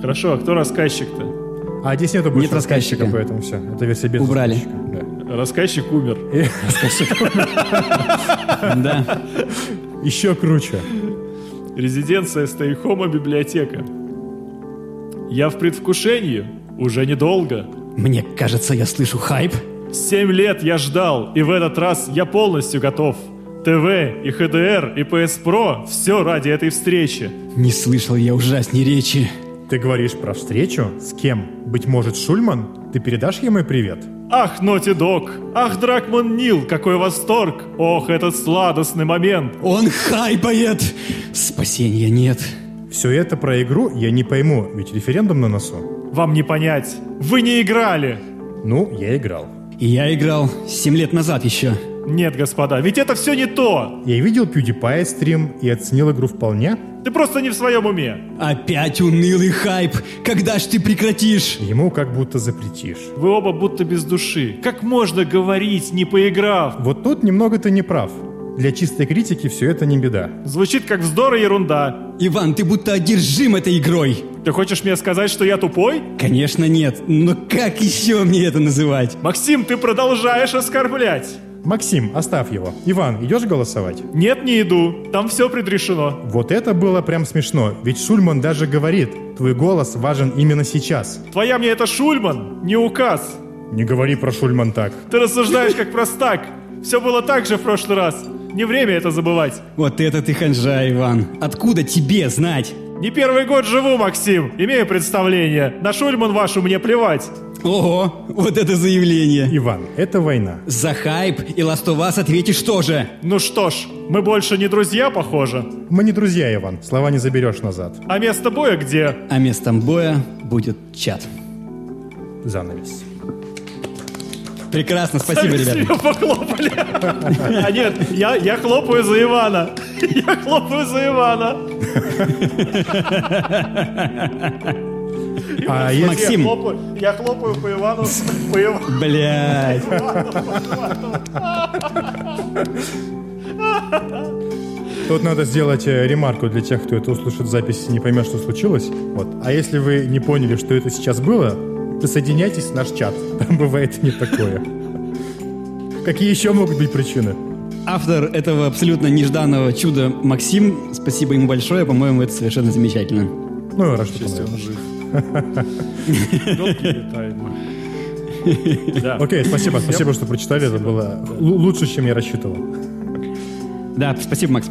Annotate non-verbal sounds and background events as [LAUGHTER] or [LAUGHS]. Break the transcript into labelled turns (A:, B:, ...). A: Хорошо, а кто рассказчик-то?
B: А здесь нету больше
C: Нет рассказчика.
B: поэтому все. Это версия без
C: Убрали.
B: рассказчика, да.
A: Рассказчик умер.
C: Да.
B: Еще круче.
A: Резиденция Стейхома библиотека. Я в предвкушении. Уже недолго.
C: Мне кажется, я слышу хайп.
A: Семь лет я ждал, и в этот раз я полностью готов. ТВ, и ХДР, и PS Pro — все ради этой встречи.
C: Не слышал я ужасней речи.
B: Ты говоришь про встречу? С кем? Быть может, Шульман? Ты передашь ей мой привет?
A: Ах, Ноти Док! Ах, Дракман Нил! Какой восторг! Ох, этот сладостный момент!
C: Он хайпает! Спасения нет.
B: Все это про игру я не пойму, ведь референдум на носу.
A: Вам не понять. Вы не играли!
B: Ну, я играл.
C: И я играл 7 лет назад еще.
A: Нет, господа, ведь это все не то!
B: Я видел PewDiePie стрим и оценил игру вполне.
A: Ты просто не в своем уме.
C: Опять унылый хайп. Когда ж ты прекратишь?
B: Ему как будто запретишь.
A: Вы оба будто без души. Как можно говорить, не поиграв?
B: Вот тут немного ты не прав. Для чистой критики все это не беда.
A: Звучит как вздор и ерунда.
C: Иван, ты будто одержим этой игрой.
A: Ты хочешь мне сказать, что я тупой?
C: Конечно нет, но как еще мне это называть?
A: Максим, ты продолжаешь оскорблять.
B: Максим, оставь его. Иван, идешь голосовать?
A: Нет, не иду. Там все предрешено.
B: Вот это было прям смешно, ведь Шульман даже говорит, твой голос важен именно сейчас.
A: Твоя мне это Шульман, не указ.
B: Не говори про Шульман так.
A: Ты рассуждаешь как простак. Все было так же в прошлый раз. Не время это забывать.
C: Вот это ты ханжа, Иван. Откуда тебе знать?
A: Не первый год живу, Максим. Имею представление. На Шульман вашу мне плевать.
C: Ого, вот это заявление.
B: Иван, это война.
C: За хайп и Last of Us ответишь тоже.
A: Ну что ж, мы больше не друзья, похоже.
B: Мы не друзья, Иван, слова не заберешь назад.
A: А место боя где?
C: А местом боя будет чат.
B: Занавес.
C: Прекрасно, спасибо,
A: Себе
C: ребята.
A: похлопали. А нет, я, я хлопаю за Ивана. Я хлопаю за Ивана.
B: А я...
C: Максим.
A: Я хлопаю, я хлопаю по Ивану. По Ивану.
C: Блять.
B: Тут надо сделать э, ремарку для тех, кто это услышит в записи и не поймет, что случилось. Вот. А если вы не поняли, что это сейчас было, присоединяйтесь в наш чат. [LAUGHS] Там бывает не такое. Какие еще могут быть причины?
C: Автор этого абсолютно нежданного чуда Максим. Спасибо ему большое, по-моему, это совершенно замечательно.
B: Ну, раз что понравилось.
A: жив. Долгие тайны. Да.
B: Окей, спасибо, спасибо, что прочитали. Это было лу- лучше, чем я рассчитывал.
C: Да, спасибо, Макс.